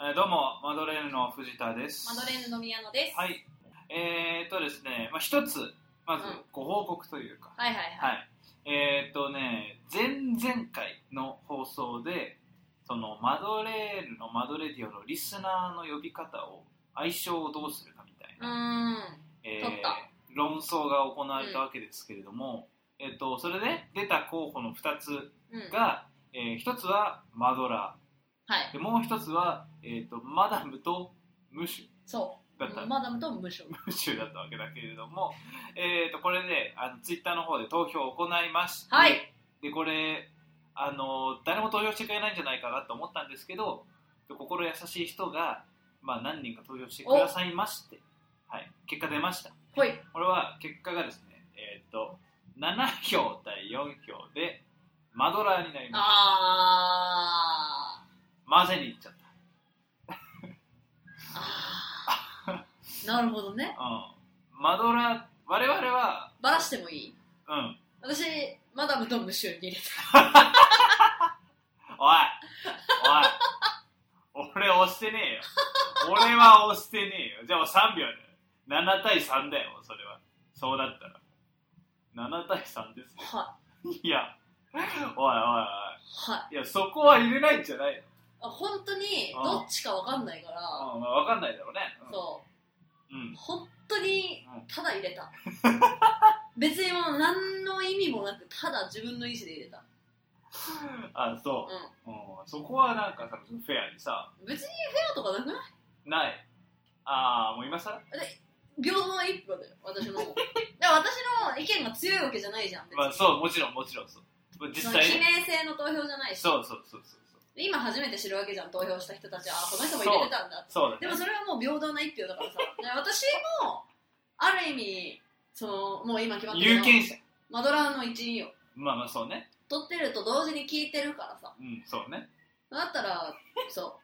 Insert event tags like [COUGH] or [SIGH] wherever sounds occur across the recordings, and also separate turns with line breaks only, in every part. えーどうも、マドレーヌの藤田です。
マドレーヌの宮野です。
は。い。えー、っとですね、まあ、一つ、まず
うん
ご報告というか、
はいはいは
は
い。
い。えー、っとね、前々回の放送で、そのマドレーヌのマドレディオのリスナーの呼び方を、愛称をどうするかみたいな、えー
取った
論争が行われたわけですけれども、えーっと、それで出た候補の2つ
うーん。うん。
が、えー、1つはマドラ
はい。
でもう一つは、えー、とマダムとムシ
そ
ュだった
う。マダムと無償。
ムシュだったわけだけれども、えー、とこれであのツイッターの方で投票を行いまして、
はい。
でこれあの誰も投票してくれないんじゃないかなと思ったんですけど心優しい人が、まあ、何人か投票してくださいまして、はい、結果出ました
ほい。
これは結果がですね、えー、と7票対4票でマドラーになりまし
あ
た混ぜにいっちゃっ
ー。あー。なるほどね。
た、うん、マドラー我々は
ばらしてもいい
うん。
私、マダムと無償に入れた。
おい。おい。俺押してねえよ。俺は押してねえよ。じゃあもう3秒だよ。7対3だよ、それは。そうだったら。7対3ですよ。
はい
や、おいおい
い。はい。
おい。いや、そこは入れないんじゃない
あ本当に、
うん
どっちかわかんないから、
の。うん、まあわかんないだろうね。。
そう
うん
う。。本当に
うん、
ただ入れ
[LAUGHS]
た。別にもう何の意味もなく、ただ自分の意思で入れた。
あ、
う
そう。
ん。
うん、そこはなんかさ、フェアにさ、
別にフェアとかなくない
ない。ああ、もう今さ
平等な一歩だよ私の [LAUGHS] でも私の意見が強いわけじゃないじゃん別に
まあそう、もちろん、もちろんそう。実
その
際
記
ね。
名制の投票じゃないし
そうそうそうそう。
今初めて知るわけじゃん投票した人たちはあこの人も入れてたんだって
そうだね。
でもそれはもう平等な一票だからさで私もある意味そのもう今決まってる
有
の
権者。
マドラーの一員を
まあまあそうね。
取ってると同時に聞いてるからさ
うん、そうね。
だったらそ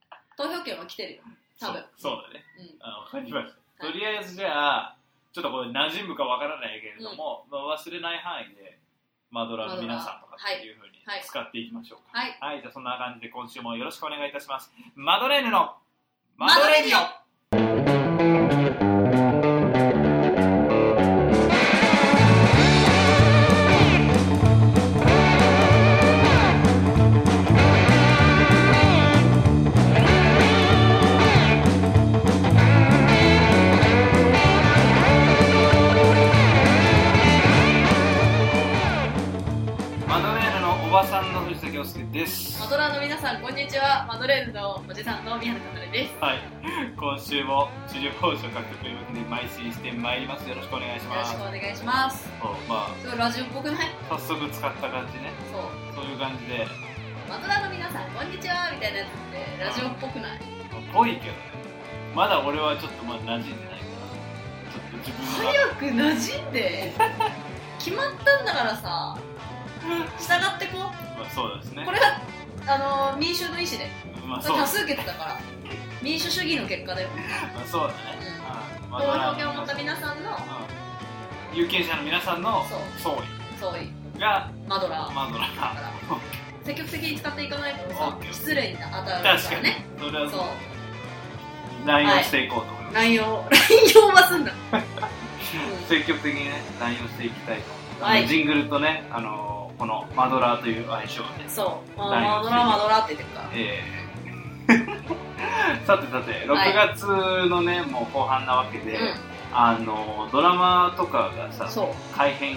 う投票権は来てるよ多分
そうそうだね。
うん
あのわかりました。
は
と
い
りあえずじゃあ、ちょっとこれ馴染むかわからないけれども、まあ、忘れない範囲で、マドラーの皆さんとかっていうふうに
はいはい
使っていきましょうか。
はい。
じゃあそんな感じで今週もよろしくお願いいたします。マドレーヌの
マドレディオ
マドレーヌのおばさんの藤崎洋介です。
マドラーの皆さんこんにちはマドレーヌのおじさんの宮野かなれです
はい。今週も主力報酬獲得ということで、邁進してまいります。よろしくお願いし
よろ
ま
し
す。
くお願いします。
そうます
ごいラジオっぽくない
あ、早速使った感じね。
そう。
そういう感じで、
マドラーの皆さん、こんにちはみたいなやつって、ラジオっぽくない
ぽいけどねまだ俺はちょっとまだ馴染んでないからちょっと自分が
早く馴染んで。決まったんだからさ、従ってこう。
まあ、そうですね
これが、あのー民衆の意思で。
まあ
こ
そ
れ
う
多数決だから。民主主義の結果だよ。
まあそうだね
うん
うんま
投
あ
票権を持った皆さんの、
うん有権者の皆さんの
そう、
総
そうい
理が
マドラー。
マドラ
だ
ー
から、積極的に使っていかないとさ
オッケ、ー
失礼に当たるからね。
確かにそれは
そ
そう
う。
乱用していこうと思います、
乱用、乱用はすんな。い
積極的にね乱用していきたいと思います、
はい
ジングルとねあのこのマドラーという愛称で
そう。
乱用
まあマドラー、マドラーって言ってるから。
えー
[LAUGHS]
さてさて6月のね、もう後半なわけで、あのドラマとかが
う
さ
ん、そう。
改編期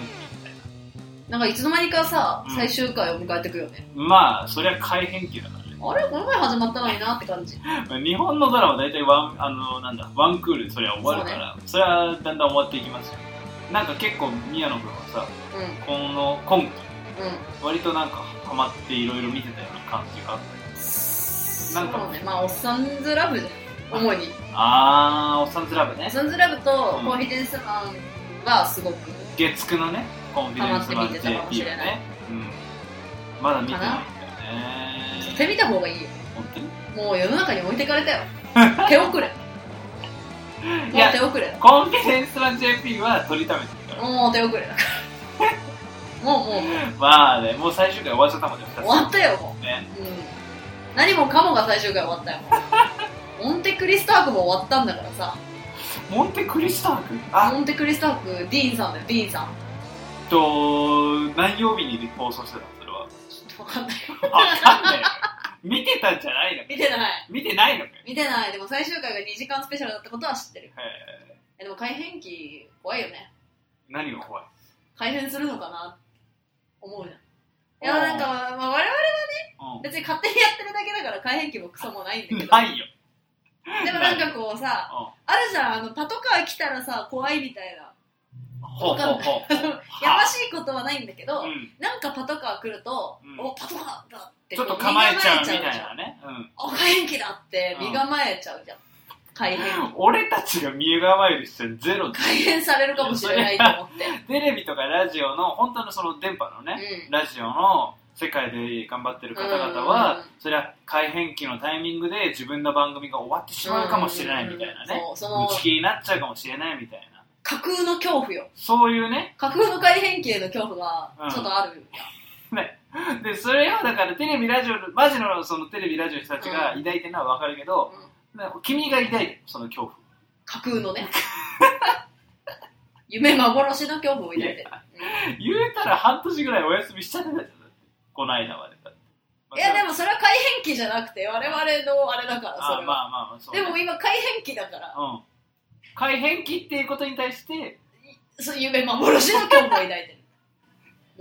なんかいつの間にかさ
うん、
最終回を迎えてくよね。
まあそりゃ改編期だからね
あれこの前始まったのになって感じ。
まあ日本のドラマ大体ワンあのなんだワンクールでそりゃ終わるからそ,、れはだんだん終わっていきますよなんか結構宮野君はさ
うん、う
こ
ん。
の今期割となんかハマっていろいろ見てたような感じがあった
そう
なんか
ね、まあ、おっさんずラブじゃん。主に。
あーおっさんずラブ
おっ
ね
さんずラブとコンフィデンスマンはすごく。
月9のねコンフィデンスマン
ハマって
JP
見てたかもしれ
を
ない
ね、うん、まだ見てないんだよ
絶
ね
対見た方がいいよ。
本当に
もう世の中に置いてかれた
[LAUGHS]
よ。手遅れ。
い
も
や
う手遅れ。
コンフィデンスマン JP は取りためてるから
もう手遅れ
[LAUGHS]
だから。もうもう、
まあね、もう最終回終わっちゃったもんね、2つ
終わったよ、も
ね。
う。うん。何もかもが最終回終わ
[LAUGHS]
ったよモンテクリスタークも終わったんだからさ
モンテクリスタークあ
モンテクリスタークディーンさんだよディーンさん
えっと何曜日に放送してたのそれ [LAUGHS] は
ちょっと分かんない
あわかんない見てたんじゃないの
見てない
見てないのかよ
見てないでも最終回が2時間スペシャルだったことは知ってる
え
えでも改変期怖いよね
ー何が怖い
改変するのかな思うじゃんいやなんか、まあ、我々
う
別に勝手にやってるだけだから改変期もクソもないんだけど
んないよ
でもなんかこうさあるじゃんあのパトカー来たらさ怖いみた
[LAUGHS]
いな
うんほうほうほう
やましいことはないんだけど、
うん
なんかパトカー来ると、
うん
おパトカーだって
ちょっと構えちゃうみ
身構
たい
じん
なね、うん
お改変期だって身構えちゃうじゃん、改変
俺たちが身構える必要ゼロだ
改変されるかもしれないと思
[LAUGHS]
って
テレビとかラジオの本当のその電波のね、ラジオの世界で頑張ってる方々
うんうん
は
うん
それは改変期のタイミングで自分の番組が終わってしまうかもしれないみたいなね
そうそ
打
の
ち切りになっちゃうかもしれないみたいな
架空の恐怖よ
そういうね
架空の改変期への恐怖がちょっとある、
でそれをだからテレビラジオマジのそのテレビラジオの人たちが抱いてるのは分かるけど、ね君が抱いてるその恐怖 [LAUGHS]
架空のね [LAUGHS] 夢幻の恐怖を抱いてる
言うたら半年ぐらいお休みしちゃってたじゃんだってこの間までだって
いやでもそれは改変期じゃなくて我々のあれだから
あ
それ
まあまあ
は、
まあそうね
でも今改変期だから
うん改変期っていうことに対して
そう夢幻の恐怖を抱いてる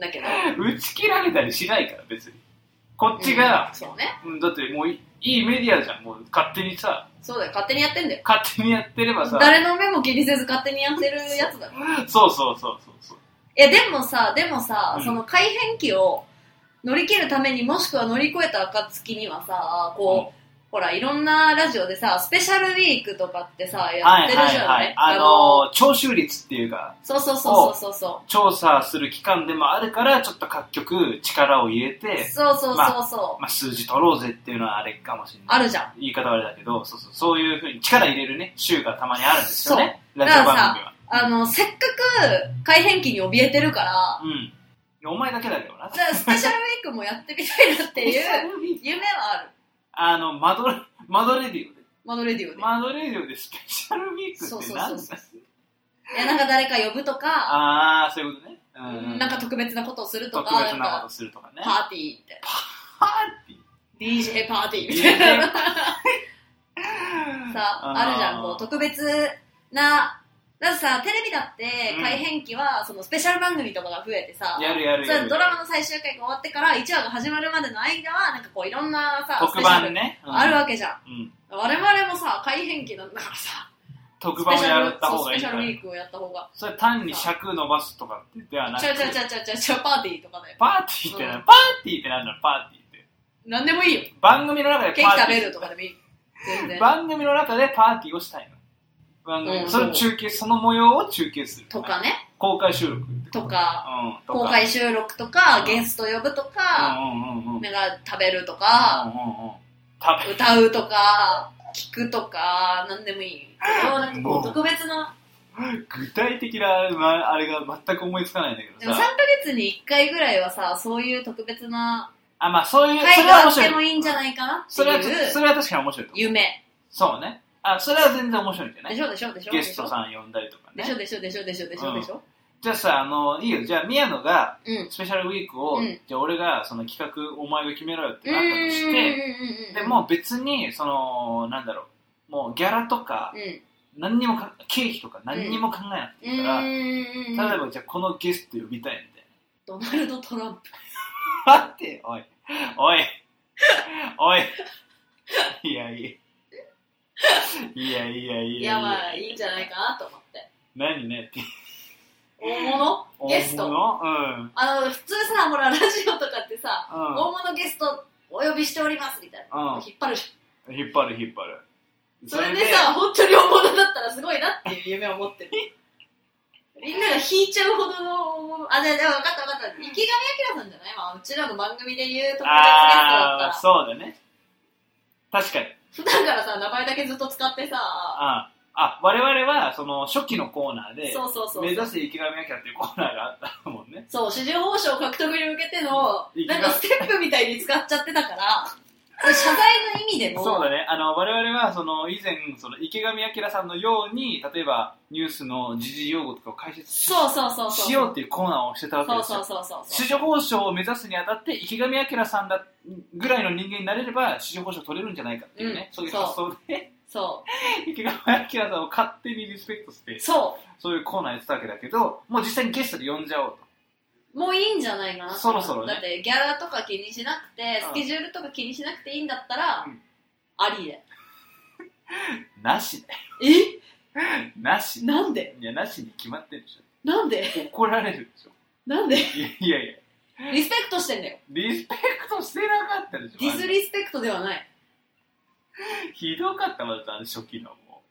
だけ
[LAUGHS]
ど
打ち切られたりしないから別にこっちが
うん、そうね
うんだってもういいいメディアじゃんもう勝手にさ
そうだよ勝手にやってんだよ
勝手にやってればさ
誰の目も気にせず勝手にやってるやつだろ
そうそうそうそうそう
いやでもさでもさ、
うん
その改変期を乗り切るためにもしくは乗り越えた暁にはさこう、ほらいろんなラジオでさスペシャルウィークとかってさやってるじゃない、
あのー聴取率っていうか
そうそうそうそうそうそ
調査する期間でもあるからちょっと各局力を入れ
う
て、
そうそうそうそう
まあ、数字取ろうぜっていうのはあれかもしれない
あるじゃん
言い方はあれだけどそうそうそういうふうに力入れるね週がたまにあるんですよねラ
う
ジオ番組は
あのせっかく改変期に怯えてるから
うんいやお前だけだけどな
じゃあスペシャルウィークもやってみたいなっていう
[LAUGHS]
夢はある
あのマドレマドレディオで
マドレディオで、
マドレディオでスペシャルウィー
そ
ク
う
って
そう
な
そ
ん
う
だ
そういやなんか誰か呼ぶとか
ああそういうことね、うん
なんか特別なことをすると
特
か
別
なんか
なことするとかね
パーティーみたい
パーティー
な DJ パーティーみ
いい
たいな
ね
さあるじゃんこう特別なだってさテレビだって
うん
改編期はそのスペシャル番組とかが増えてさ、
やるやる
そ
や
う
る
ドラマの最終回が終わってから1話が始まるまでの間はなんかこういろんなさ
特
スペシャル
番ね、うん
[LAUGHS] あるわけじゃん
うん、
我々もさ改編期なんだからさ
特
スペ
番を
シ
や
ャル
った方
そう
がい
ス
い
ペシ
か
ャルウ
ら
ィークをやった方が
それ単に尺伸ばすとかってではなく
ちゃうちゃうちゃうちゃうちゃうちゃうパーティーとかだよ
パーティーってな、
うん
パーティーってなんだろうパーティーって
なんでもいいよ
番組の中で
ケ
パ
ーキ
ー
食
ティー
べるとかでもいい全然
番組の中でパーティーをしたいの番組、
うん
その中継その模様を中継する
とかね
公開収録ってこと
とか
うんとか
公開収録とか
うん
ゲスト呼ぶとか、
うんうんうんうん
なんか食べるとか、
うんうんうん食べ
歌うとか聞くとかなんでもいいけどなんかこ
もう
う特別な
具体的な、まあれが全く思いつかないんだけ
で
ど
も3
さ
ヶ月に1回ぐらいはさそういう特別な
あまあそういうそ
会
れは
があ
面
って
白
も
い
いいんじゃないかなって
それは
いう
それは確かに面白いと思う
夢
そうねあそれは全然面白いんじゃな
で
い
しょでしょでしょ
ゲ
で
ス
し
ト
ょ
さん呼んだりとか
でしょ
ね
でしょでしょでしょでしょでしょ
じゃあさあのいいよじゃあ宮野が
うんうん
スペシャルウィークを、
うん
じゃあ俺がその企画お前が決めろよって
うん
な
う
っ
ん
たとして
うん
でもう別にそのなんだろうもうギャラとか
うん
何にもか経費とか何にも考えなくていいから、
うん
例えばじゃあこのゲスト呼びたいみたい
ドナルド・トランプ
な。 [LAUGHS] 待っておいおいおいいやいやいやいやい
いや
や
まあいいんじゃないかなと思って
何ねって
大物ゲスト
大物うん
あの普通さほらラジオとかってさ、
うん
大物ゲストお呼びしておりますみたいな、
うん
引っ張るじ
引っ張る引っ張る
ゃんそれでさ本当に大物だったらすごいなっていう夢を持ってるみんなが引いちゃうほどのあじゃあじゃあ分かった分かった池上彰さんじゃない、まあ、うちらの番組で言う特別ゲスト
あ
だ
[LAUGHS] あ
っ
そうだね確かに
たら普段からさ名前だけずっと使ってさ
ああ我々はその初期のコーナーで
そうそうそう
目指せ池上彰っていうコーナーがあったもんね
そう支持報酬獲得に向けての
池上
なんかステップみたいに使っちゃってたからそれ謝罪の意味でも、
そうだね。あの、我々は、その、以前、その、池上彰さんのように、例えば、ニュースの時事用語とかを解説し
そうそうそうそう。
しようっていうコーナーをしてたわけ
そう
です
そ
よ
う。そうそうそ
市
う。
場報奨を目指すにあたって、池上彰さんだぐらいの人間になれれば、市場報奨取れるんじゃないかっていうね、
うん
そういう発想で、
そ
池上彰さんを勝手にリスペクトして
う。、そ
そういうコーナーやってたわけだけど、もう実際にゲストで呼んじゃおうと。
う。もういいんじゃないかな
そろそろね
だって、ギャラとか気にしなくて、
うん
スケジュールとか気にしなくていいんだったら、
うん
ありで。
なしだ
え
よ。なし。
なんで
いや、なしに決まってるでし
なんで
ょ。怒られるでしょ。
なんで
いやいやいや、
リスペクトしてんだよ。
リスペクトしてなかったでしょ。
ディスリスペクトではない。
ひどかったまずあの初期のも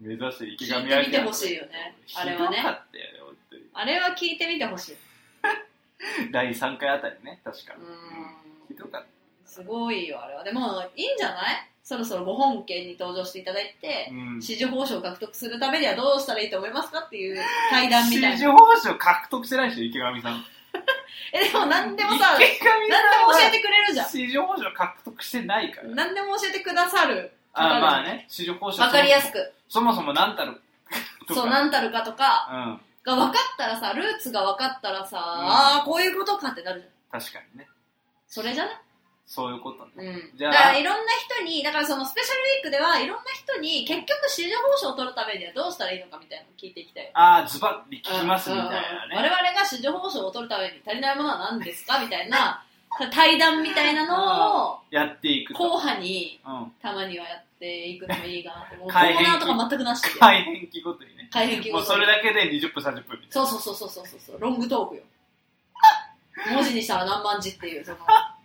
う目指せ池上
聞いてみてほしいよねあれはね
ひどかったよね本当に
あれは聞いてみてほしい。
第3回あたりね確か
う
ひ
ーん。
どかっ
すごいよ、あれは。でも、いいんじゃないそろそろご本家に登場していただい
た
て、
うん
市場報酬を獲得するためにはどうしたらいいと思いますかっていう対談みたい
市
な。
場報酬獲得してないでしょ池上さん
え、でも何でもさ、何で
池上
も教え
て
てくれるじゃ
市場報酬獲得してないから
ん。何でも教えてくださる。
あまあね市場報酬
わかりやすく。
そもそも何たるとか
そう、なんたるかとか、
うん
が分かったらさ、ルーツが分かったらさ、ああ、こういうことかってなるじゃん。
確かにね
それじゃない
そういうことね
うん。
じゃあ
だからいろんな人に、だからそのスペシャルウィークではいろんな人に、結局市場報酬を取るためにはどうしたらいいのかみたいなのを聞いていきたいよ。
ああズバッて聞きますみたい
うん
な
我
ね
々が市場報酬を取るために足りないものは何ですかみたいな、対談みたいなのを、
やっていくと
後派に
うん
たまにはやっていくのもいいかなって。もうコ
改
ー
変期
ナーとか全くなしで。
改変期ごとにね
改変期
も
ご
う
と
それ
に。
だけで20分30分みたい
そうそうそうそうそうそう、ロングトークよ。文字にしたら何万字っていう、その、
な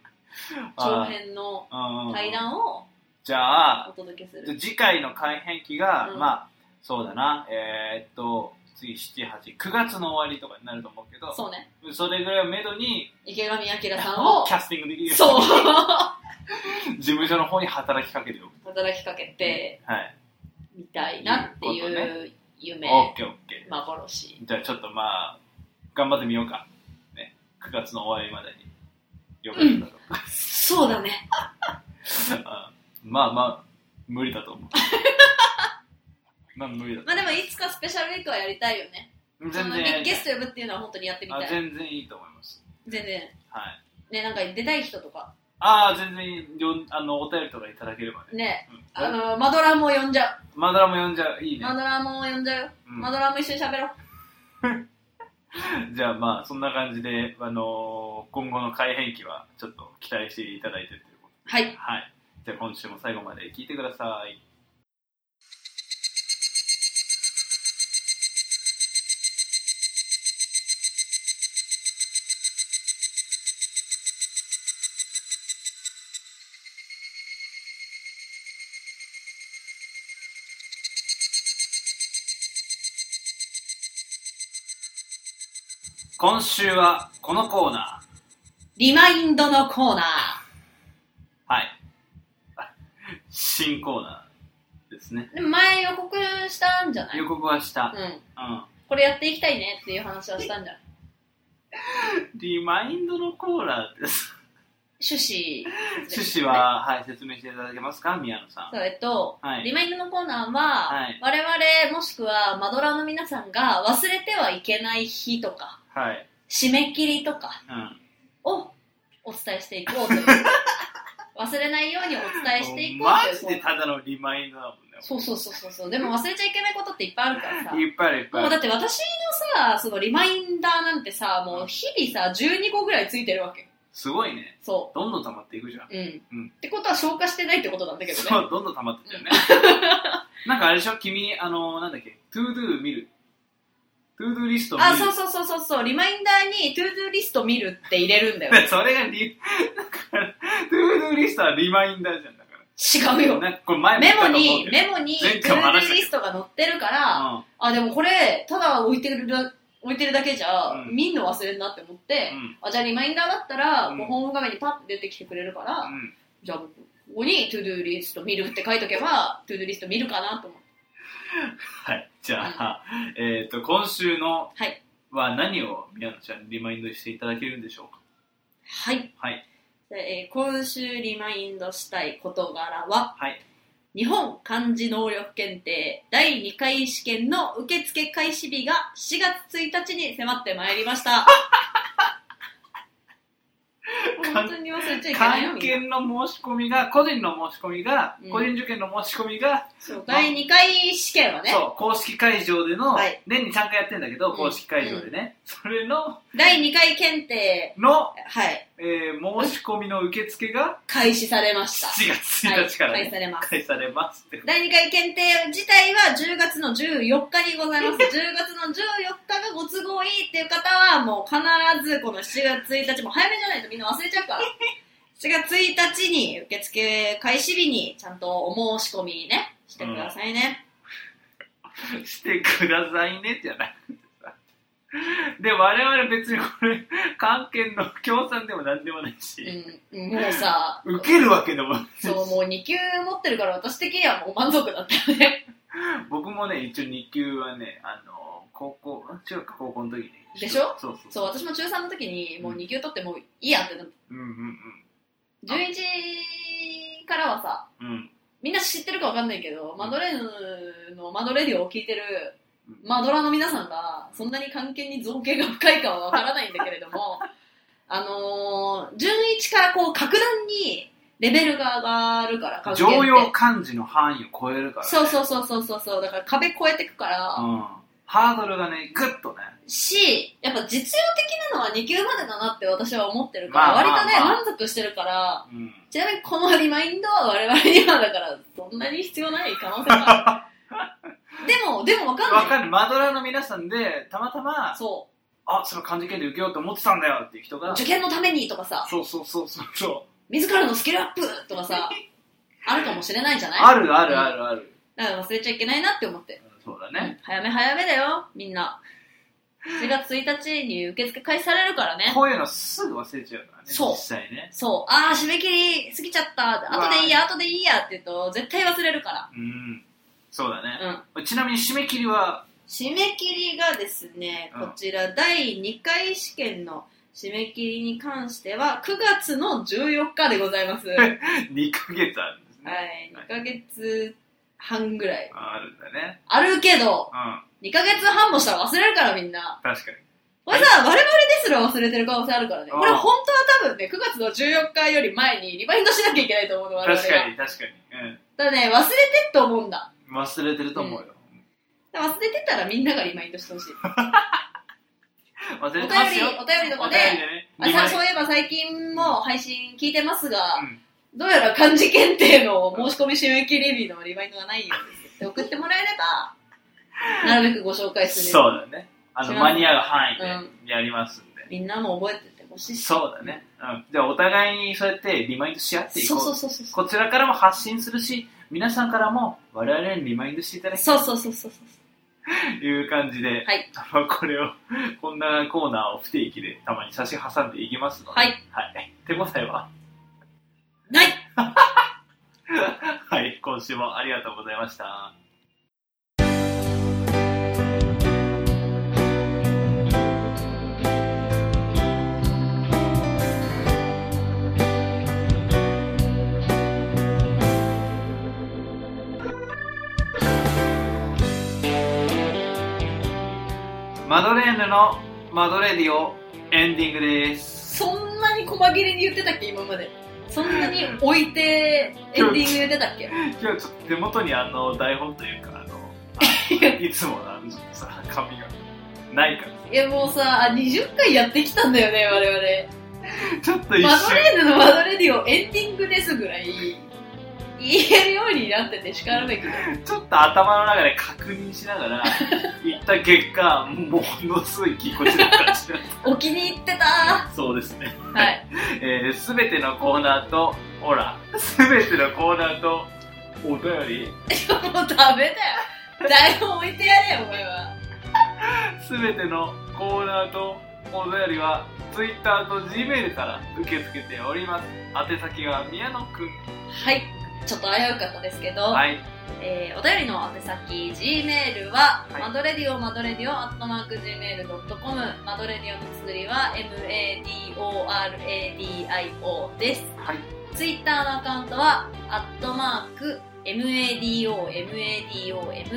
長
あー
編の
うんうんうん
対談を
じゃ
お
あ、
届けする。
次回の改変期が、
うん
まあ、そうだな、えーっと、次7、8、9月の終わりとかになると思うけど、
そうね。
それぐらいをめどに、
池上彰さんを
[LAUGHS] キ、ャスティングできるよ
そう、
うに事務所の方に働きかけておく。
働きかけて
はい。
みたいなっていう夢、
オッケーオッケ
幻。
ー。じゃあちょっとまあ、頑張ってみようか。ね、9月の終わりまでに。よかっただろうか。
そうだね。
うんまあまあ、無理だと思
[LAUGHS]
う。まあ無理だと
まあでもいつかスペシャルウィークはやりたいよね。
思う。
そ
全
の
然やりたい
ゲゲスト呼ぶっていうのは本当にやってみた
あ
い。
全然いいと思います。
全然。
はい。
ね、なんか出たい人とか。
ああ、全然よんあの、お便りとかいただければね。
ね、
うん
あの、マドラーも呼んじゃ。
マドラーも呼んじゃう。いいうね。
マドラーも呼んじゃうよ。
うん
マドラーも一緒に喋ろう。
じゃあまあ、そんな感じで、あのー今後の改変期はちょっと期待していただいてというこ
はい。
とはい。じゃあ今週も最後まで聞いてください。今週はこのコーナ
リマインドのコーナー。
ー。はい。あ新コーナーですね。
でも前予告したんじゃない
予告はした。
うん。
うん。
これやっていきたいねっていう話はしたんじゃない
リマインドのコーナーです。
趣旨。
趣旨。は、はい、説明していただけますか宮野さん。
そう、えっと、
はい
リマインドのコーナーは、
はい
我々もしくはマドラーの皆さんが忘れてはいけない日とか、
はい。
締め切りとか、
うん。
をお伝えしていこうと
[LAUGHS]
いう忘れないようにお伝えしていこ
マ
う
ジ
とい
で
う
ただのリマインドだもんね。
そうそうそうそうそうでも忘れちゃいけないことっていっぱいあるからさ
いっぱいあるいっぱい
も
あ
うだ
る。
って私のさそのリマインダーなんてさもう日々さ12個ぐらいついてるわけよ
すごいね。
そ
どんどん溜まっていくじゃん。
ううん、
うん
ってことは消化してないってことなんだけどね
そう、どんどん溜まってっちゃ
[LAUGHS]
うね。なんかあれでしょ君、あの、なんだっけ、トゥードゥー見る。トゥードゥーリストを見る。
あそうそうそうそうそうリマインダーにトゥードゥーリスト見るって入れるんだよ
[LAUGHS] それがリ、だから、トゥードゥーリストはリマインダーじゃん。だか
違う
ら。
よ
なんかこれ前も言
メ
った
モ
と思う
に
けど
メモにトゥ
前
ード
回も
ゥ
話したけど
ーリストが載ってるから、
うん
あ、でもこれ、ただ置いてるだ置いてるだけじゃ、
うん
見んの忘れんなって思って、
うん
あ、じゃあリマインダーだったら、
うん
こうホーム画面にパッて出てきてくれるから、
うん。
じゃあここにトゥードゥーリスト見るって書いとけば、トゥードゥーリスト見るかなと思って。
はい。じゃあ、えっと、今週の
はい、
は何を宮野ちゃんにリマインドしていただけるんでしょうか
はい。
はい。
でえー今週リマインドしたい事柄は、
はい
日本漢字能力検定第2回試験の受付開始日が4月1日に迫ってまいりました [LAUGHS] 本当に忘れちゃいけないよ
関
みん
係
な
の申し込みが個人の申し込みが、
うん
個人受験の申し込みが、
そう第2回試験はね
そう公式会場での、
はい
年に3回やってんだけど、
うん
公式会場でね、それの
第2回検定
の、
はい
えー申し込みの受付が
開始されました
7月1日から、
はい、開
ね
始されます
開始されますって
第2回検定自体は10月の14日にございます。10月の14日がご都合いいっていう方は、もう必ずこの7月1日、もう早めじゃないとみんな忘れちゃう [LAUGHS] から。7月1日に受付開始日にちゃんとお申し込みね、してくださいね。
してくださいねじゃない [LAUGHS] で我々別にこれ関係の協賛でも何でもないし、
うん、もうさ、
受けるわけでも
そう、もう2級持ってるから私的にはもう満足だったよ [LAUGHS] ね。
僕もね一応2級はねあの高校ん中学高校の時に
でしょ
そうそう
そう、私も中3の時にもう2級取ってもういいやってなって、
うんうん
11からはさ、
うんうん
みんな知ってるかわかんないけど、マドレーヌのマドレディオを聞いてる
うん
マドラーの皆さんが、そんなに関係に造形が深いかはわからないんだけれ
[LAUGHS]
ども、あのー、順一からこう、格段にレベルが上がるから、関係って
常用漢字の範囲を超えるから、
そうそうそうそうそうそう、だから壁越えてくから、
うん、ハードルがねグッとね
し、やっぱ実用的なのは2級までだなって私は思ってるから、
まあまあ
割とね、
まあ
満足してるから、
うん
ちなみにこのリマインドは我々にはだから、そんなに必要ない可能性があ
[LAUGHS]
る。でも、でもわかんない。
わかるマドラーの皆さんでたまたま
そ
あその漢字検定受けようと思ってたんだよっていう人
う。
が
受験のためにとかさ、
そうそうそうそうそう
自らのスキルアップとか
[LAUGHS]
さ、あるかもしれないじゃない
あるあるあるある、
だから忘れちゃいけないなって思って。
うんそうだね、
早め早めだよ、みんな。4月1日に受付開始されるからね。
こういうのすぐ忘れちゃうからね
そう
実際ね
そう。あー、締め切り過ぎちゃった。後でいいや、後でいいやって言うと、絶対忘れるか
うんそうだね、
ら。うん。
ちなみに締め切りは [LAUGHS]
締め切りがですね、
うん
こちら第2回試験の締め切りに関しては9月の14日でございます。はい、
2ヶ月あるんですね、
2ヶ月半ぐらい。
ああるんだね
あるけど、
うん
2ヶ月半もしたら忘れるからみんな。
確かに
これさ、我々ですら忘れてる可能性あるからね。
あー
これ本当は多分ね、9月の14日より前にリバインドしなきゃいけないと思うの、我々が。
確かに確かに、
ただね、忘れてって思うんだ。
うん、忘れてると思うよ、
忘れてたらみんながリマインドしてほしい。
忘
お
れ
便
て
り
ますよ、
お便りとかで、
お便りでね
あさそういえば最近も配信聞いてますが、
うん
どうやら漢字検定の申し込み締め切り日のリバインドがないようですって送ってもらえれ
[LAUGHS]
ば、なるべくご紹介する。
そうだねあ
知
の
らない
間に合う範囲でやりますんで、
みんなも覚えててほしいし。
そうだね、うん、じゃあお互いにそうやってリマインドし合っていこ
そううそうそうそうそう。
こちらからも発信するし皆さんからも我々にリマインドしていただき
そうそうそうそうそう。
と [LAUGHS] いう感じで、
はい
あのこれをこんなコーナーを不定期でたまに差し挟んでいきますので、
はい
手応えは
ない
[LAUGHS] はい今週もありがとうございましたマドレーヌのマドレディオエンディングです
そんなに細切れに言ってたっけ今まで。そんなに置いてエンディング言ってたっけ
今日ちょっと手元にあの台本というかあのあいつものあのちょっとさ紙がないから
いやもうさ、あ20回やってきたんだよね、我々。
ちょっと一
マド
瞬
レーヌのマドレディオエンディングですぐらい言えるようになってて叱るべきだ
ちょっと頭の中で確認しながら行った結果ものすごいぎこちな感じだっ
お気に入ってた
たそうですね、
はい
えー、全てのコーナーとほら全てのコーナーとお便り
もうダメだよ台本置いてやれよお前は
全てのコーナーとお便りは Twitter と Gmail から受け付けております宛先は宮野くん
はいちょっと危うかったですけど、
はい。
えーお便りの宛先 G メールは、
はい
マドレディオマドレディオアットマーク Gmail.com マドレディオの綴りは MADORADIO です
はい。
ツイッターのアカウントはアットマーク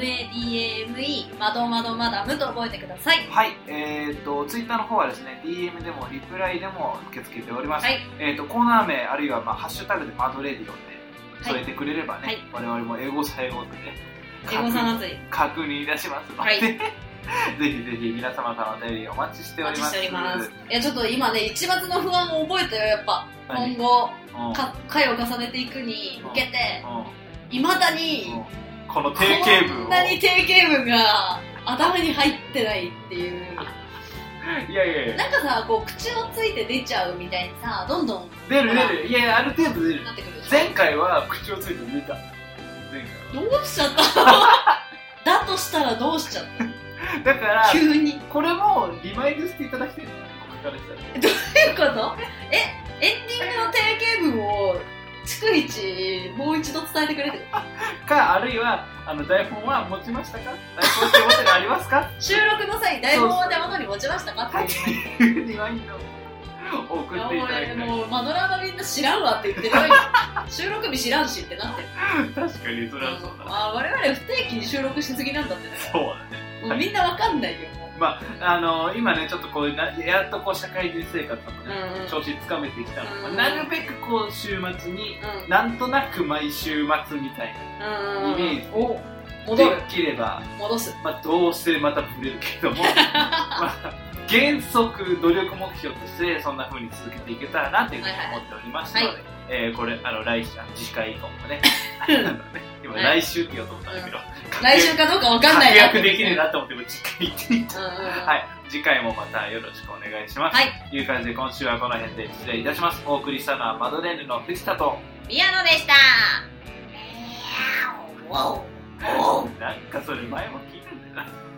MADOMADOMADAME マドマドマダムと覚えてください
はい。えっ、と、ツイッターの方はですね、DM でもリプライでも受け付けております。
はい
えっ、と、コーナー名、あるいは、まあ、ハッシュタグでマドレディオで
はい
添えてくれればね、
はい
我々も英語さ英語でね、
エゴさん祭り
確認いたしますので、
は
[LAUGHS]
い
ぜひぜひ皆様からのお便りお待ちして
お
おり
待
ま
ちし
す。
ておりますいやちょっと今ね一抹の不安を覚えたよやっぱ
何
今後
うん
か回を重ねていくに向けて
うん
いまだに
うんこの定型文
こ
を
んなに定型文が頭に入ってないっていう
いやいやいや
なんかさこう口をついて出ちゃうみたいにさどんどん
出る出るいやいやある程度出る
なってくるでしょ
前回は口をついて出た前
どうしちゃっ
[LAUGHS]
たのだとしたらどうしちゃっ
回はだか
た
ら
急にど
これもリマインドしていただきたい僕からしたら
ういう
[LAUGHS]
ことえエンディングの定型文を逐一もう一度伝えてくれてる
かあるいはあの台本は持ちましたか台本って持ってありますか
収録の際台本を手元に持ちましたかっていう
リマインドを送
いや
っていただきたい
もうもうマドラーがみんな知らんわって言ってるのに
[LAUGHS]
収録日知らんしってなってる
確かにそれはそうだな
あ我々不定期に収録しすぎなんだって
そうだね
もうみんなわかんないよ
あの今ねちょっとこうなやっとこう社会人生活とかね、
うんうん
調子つかめてきたの、
うん
なるべくこう週末に
うん
なんとなく毎週末みたいなイメージを
戻る
できれば、
戻す
まあ、どうせまたブレるけど
[LAUGHS]
も、まあ、原則努力目標としてそんな風に続けていけたらなというふうに思っておりますので、
は
えーこれあの来週あの次回以降もね
[LAUGHS]
今
はい
来週って言おうと思ったんだけど、
来週かどうかわかんない
確約できねえなと思っても次回行ってみた
うんうんうん
はい次回もまたよろしくお願いします、
はい
という感じで今週はこの辺で失礼いたしますお送りしたのはマドレーヌの藤田と
宮野でした
なんかそれ前も聞いたんだよな